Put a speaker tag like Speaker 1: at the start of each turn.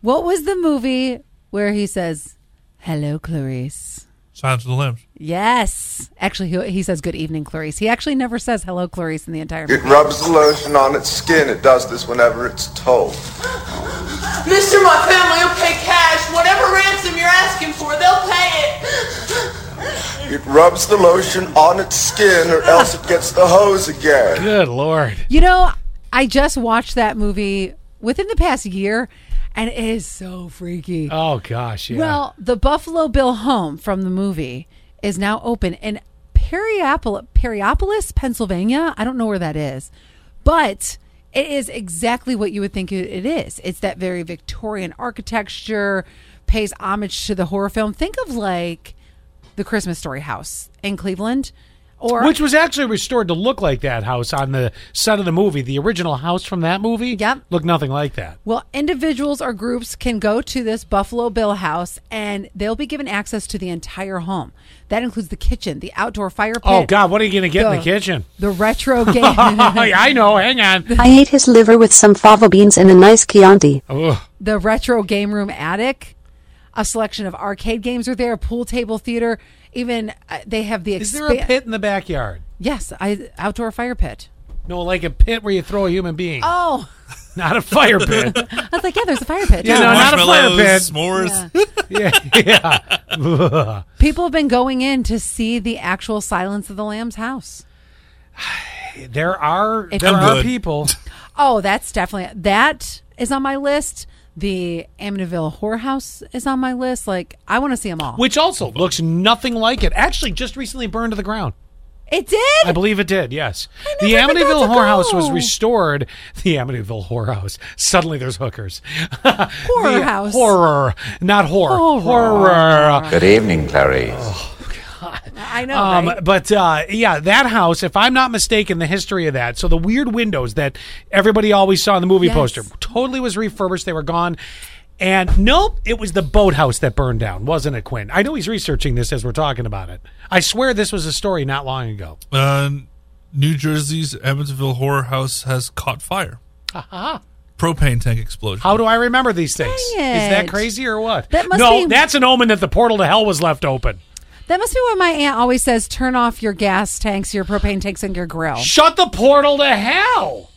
Speaker 1: What was the movie where he says, "Hello, Clarice"?
Speaker 2: Silence of the Lambs.
Speaker 1: Yes, actually, he, he says, "Good evening, Clarice." He actually never says "Hello, Clarice" in the entire movie.
Speaker 3: It rubs the lotion on its skin. It does this whenever it's told.
Speaker 4: Mister, my family will pay cash. Whatever ransom you're asking for, they'll pay it.
Speaker 3: It rubs the lotion on its skin, or else it gets the hose again.
Speaker 2: Good lord.
Speaker 1: You know, I just watched that movie within the past year, and it is so freaky.
Speaker 2: Oh gosh. Yeah.
Speaker 1: Well, the Buffalo Bill home from the movie is now open in Periopol- Periopolis, Pennsylvania. I don't know where that is, but it is exactly what you would think it it is. It's that very Victorian architecture, pays homage to the horror film. Think of like the Christmas Story house in Cleveland. Or
Speaker 2: which was actually restored to look like that house on the set of the movie. The original house from that movie
Speaker 1: Yep.
Speaker 2: looked nothing like that.
Speaker 1: Well, individuals or groups can go to this Buffalo Bill house and they'll be given access to the entire home. That includes the kitchen, the outdoor fire pit.
Speaker 2: Oh God, what are you going to get in
Speaker 1: the-
Speaker 2: the kitchen?
Speaker 1: The retro game.
Speaker 2: Oh, yeah, I know. Hang on.
Speaker 5: I ate his liver with some fava beans and a nice Chianti.
Speaker 2: Ugh.
Speaker 1: the retro game room attic. A selection of arcade games are there, pool table theater, even uh, they have the
Speaker 2: Is there a
Speaker 1: expan-
Speaker 2: pit in the backyard?
Speaker 1: Yes, I outdoor fire pit.
Speaker 2: No, like a pit where you throw a human being,
Speaker 1: Oh,
Speaker 2: not a fire pit.
Speaker 1: I was like, yeah, there's a fire pit.
Speaker 2: Yeah, no, not a fire
Speaker 6: Marshmallows,
Speaker 2: pit.
Speaker 6: S'mores.
Speaker 2: yeah, yeah. Ugh.
Speaker 1: People have been going in to see the actual Silence of the Lambs house.
Speaker 2: There are
Speaker 1: If-
Speaker 2: there
Speaker 1: I'm
Speaker 2: are
Speaker 6: good.
Speaker 2: people.
Speaker 1: Oh, that's definitely that is on my list. The Amityville Whorehouse is on my list. Like, I want to see them all.
Speaker 2: which also looks nothing like it. Actually, just recently burned to the ground.
Speaker 1: it did.
Speaker 2: I believe it did. Yes, the
Speaker 1: never forgot
Speaker 2: Amityville
Speaker 1: to
Speaker 2: whorehouse was
Speaker 1: go.
Speaker 2: restored. The Amityville whorehouse. Suddenly, there's hookers.
Speaker 1: Horror
Speaker 2: The
Speaker 1: house.
Speaker 2: Horror, not horror.
Speaker 1: Horror.
Speaker 2: Horror.
Speaker 7: Good evening, Clarice.
Speaker 1: I know.
Speaker 2: Um,
Speaker 1: right?
Speaker 2: But uh, yeah, that house, if I'm not mistaken, the history of that. So the weird windows that everybody always saw in the movie
Speaker 1: Yes.
Speaker 2: poster totally was refurbished. They were gone. And nope, it was the boathouse that burned down, wasn't it, Quinn? I know he's researching this as we're talking about it. I swear this was a story not long ago.
Speaker 6: Uh, New Jersey's Amityville Horror House has caught fire. Propane tank explosion.
Speaker 2: How do I remember these things? Is
Speaker 1: Dang
Speaker 2: that
Speaker 1: it.
Speaker 2: crazy or what?
Speaker 1: That must
Speaker 2: no,
Speaker 1: be-
Speaker 2: that's an omen that the portal to hell was left open.
Speaker 1: that must be why my aunt Oh. always says: turn off your gas tanks, your propane tanks, and your grill.
Speaker 2: Shut the portal to hell.